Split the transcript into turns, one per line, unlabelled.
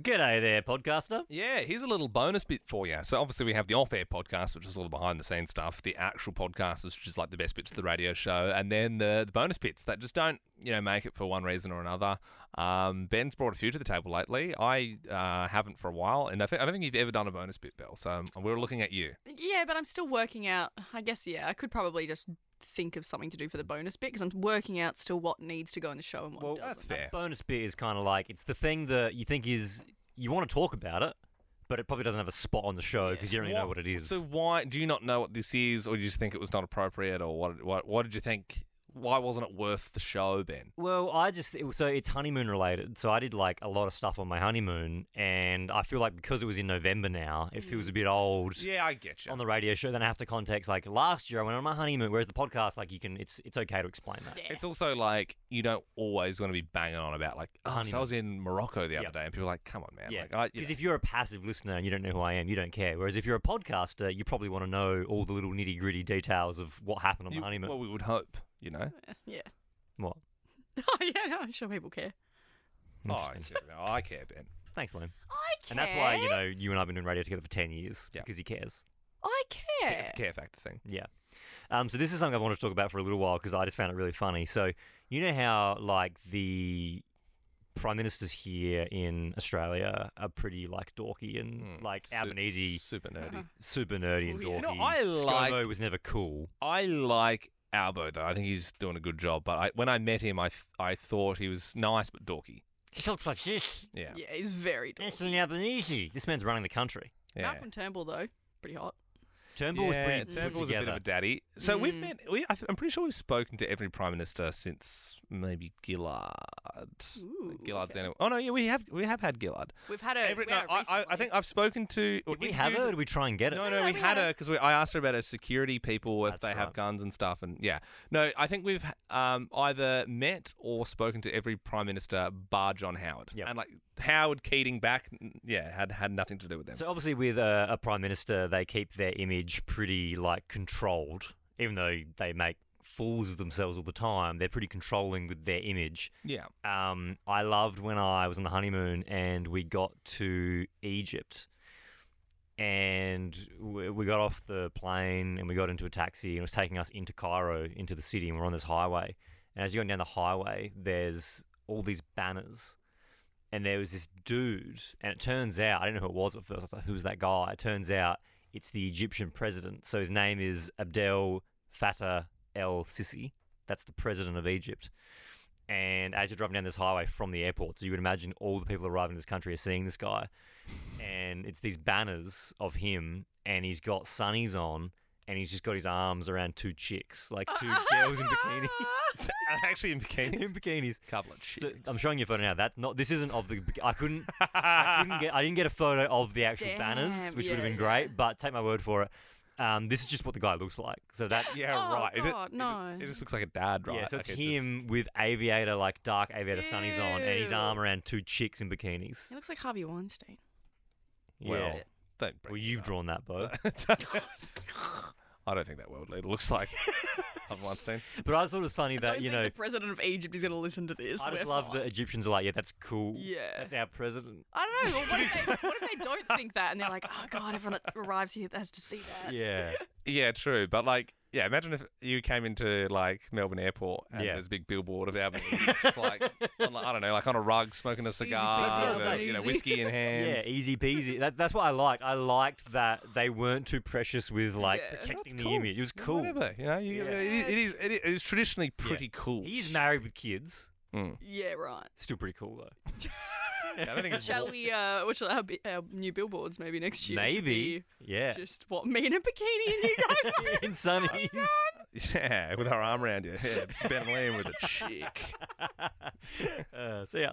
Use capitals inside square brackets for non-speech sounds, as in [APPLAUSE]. G'day there, podcaster.
Yeah, here's a little bonus bit for you. So obviously we have the off-air podcast, which is all the behind-the-scenes stuff, the actual podcast, which is like the best bits of the radio show, and then the, the bonus bits that just don't, you know, make it for one reason or another. Um, Ben's brought a few to the table lately. I uh, haven't for a while, and I, think I don't think you've ever done a bonus bit, Bell. So um, we're looking at you.
Yeah, but I'm still working out. I guess, yeah, I could probably just think of something to do for the bonus bit because I'm working out still what needs to go in the show and what
Well,
doesn't.
that's fair.
Bonus bit is kind of like it's the thing that you think is you want to talk about it, but it probably doesn't have a spot on the show because you don't really know what it is.
So why do you not know what this is, or do you just think it was not appropriate, or what? What, what did you think? Why wasn't it worth the show, Ben?
Well, I just it, was- so it's honeymoon related. So I did like a lot of stuff on my honeymoon, and I feel like because it was in November now, it feels a bit old.
Mm. Yeah, I get you.
On the radio show, then I have to context like last year I went on my honeymoon. Whereas the podcast, like you can, it's it's okay to explain that.
Yeah.
It's also like you don't always want to be banging on about like. Oh, so I
Honeymoon. was
was in Morocco the other
Yep.
day, and people were like, "Come on, man!"
Yeah,
Like,
because if you're a passive listener and you don't know who I am, you don't care. Whereas if you're a podcaster, you probably want to know all the little nitty gritty details of what happened on the honeymoon.
well, we would hope,
[LAUGHS]
you know.
[LAUGHS] Yeah.
what?
[LAUGHS] Oh, yeah, no, I'm sure people care.
Oh, I
Interesting.
care- no, I care, Ben.
Thanks, Liam.
I care.
And that's why you know you and I've been doing radio together for ten years
Yeah.
because he cares.
I
It's a
care.
care- It's a care factor thing.
Yeah. Um, so this is something I've wanted to talk about for a little while because I just found it really funny. So you know how like the prime ministers here in Australia are pretty like dorky and
Mm.
like Uh-huh.
Su-
Albanese
super
Uh-huh.
nerdy.
super nerdy and
Oh, yeah.
dorky.
You know, I like-
ScoMo was never cool.
I like Albo though. I think he's doing a good job. But I, when I met him, I f- I thought he was nice but dorky.
He talks like this.
Yeah,
yeah, he's very dorky.
Anthony Albanese. This man's running the country.
yeah.
Malcolm Turnbull, though, pretty hot.
Turnbull was
Yeah,
pretty put
Turnbull was a bit of
together.
a daddy. So we've
Mm.
met. We, I th- I'm pretty sure we've spoken to every prime minister since maybe Gillard.
Ooh,
Gillard's
okay.
the only- Oh no, yeah, we have we have had Gillard.
We've had a.
Every-
we
no,
had a
I, I, I
recently.
think I've spoken to. or
Did we have it
interviewed-
or did we try and get it?
No, no, we, had her because I asked her about her security people if
That's
they have
right.
guns and stuff, and yeah, no, I think we've um, either met or spoken to every prime minister bar John Howard,
Yep.
and like Howard Keating back, n- yeah, had had nothing to do with them.
So obviously, with a, a prime minister, they keep their image pretty like controlled, even though they make fools of themselves all the time. They're pretty controlling with their image.
yeah, [LAUGHS]
Um, I loved when I was on the honeymoon and we got to Egypt, and we, we got off the plane and we got into a taxi and it was taking us into Cairo, into the city, and we're on this highway. And as you're going down the highway, there's all these banners. And there was this dude, and it turns out, I didn't know who it was at first. I was like, who's that guy? It turns out it's the Egyptian president. So his name is Abdel Fattah el Sisi. That's the president of Egypt. And as you're driving down this highway from the airport, so you would imagine all the people arriving in this country are seeing this guy. And it's these banners of him, and he's got sunnies on, and he's just got his arms around two chicks, like two
[LAUGHS]
girls in bikini.
actually in bikinis,
in bikinis.
couple of chicks.
So I'm showing you a photo now. That's not. This isn't of the. I couldn't.
[LAUGHS]
I couldn't get. I didn't get a photo of the actual banners,
Damn,
which would have
yeah,
been
yeah.
great. But take my word for it. Um, this is just what the guy looks like. So
[LAUGHS]
that.
yeah,
Oh,
right. It-
God,
it,
no.
It, just looks like a dad, right?
Yeah, so it's
Like, it just-
him with aviator like dark aviator sunnies on, and his
Ew.
arm around two chicks in bikinis.
He looks like Harvey Weinstein.
well,
yeah.
don't. Bring
well, you've drawn that,
[LAUGHS]
Bo.
drawn. [LAUGHS] I don't think that world leader
[LAUGHS]
looks like. Harvey Weinstein.
but I just thought it was funny
I
that
don't
you
think
know.
the president of Egypt is going to listen to this.
I just
We're
love
fine.
that Egyptians are like, yeah, that's cool.
[LAUGHS] Yeah.
That's our
[LAUGHS]
president.
I don't know. Well,
[LAUGHS]
what, if they, what if they don't think that and they're like, oh, God, everyone that arrives here has to see that?
Yeah.
Yeah, true. But like, yeah, imagine if you came into like Melbourne Airport and
Yeah.
there's a big billboard of Albanese, just like on, like, I don't know, like on a rug, smoking a cigar,
peasy,
with, you know,
Albanese.
whiskey in hand.
[LAUGHS] Yeah, easy peasy. That, that's what I liked. I liked that they weren't too precious with like
Yeah.
That's
protecting the
cool.
image. It was
Yeah,
cool.
Whatever, you know, you,
Yeah.
it, it is. It is it's traditionally pretty cool.
He's married with kids.
Mm.
Yeah, right.
Still pretty cool though.
Yeah, I don't think it's
Shall
wa- [LAUGHS]
we, uh, what shall our, bi- our new billboards maybe next year? should
Maybe. Yeah.
be Just what, me in a bikini and you guys are in
[LAUGHS] in sunnies.
Yeah, with our arm around you. Yeah, it's Ben Lamb with a chick.
[LAUGHS] uh, so yeah.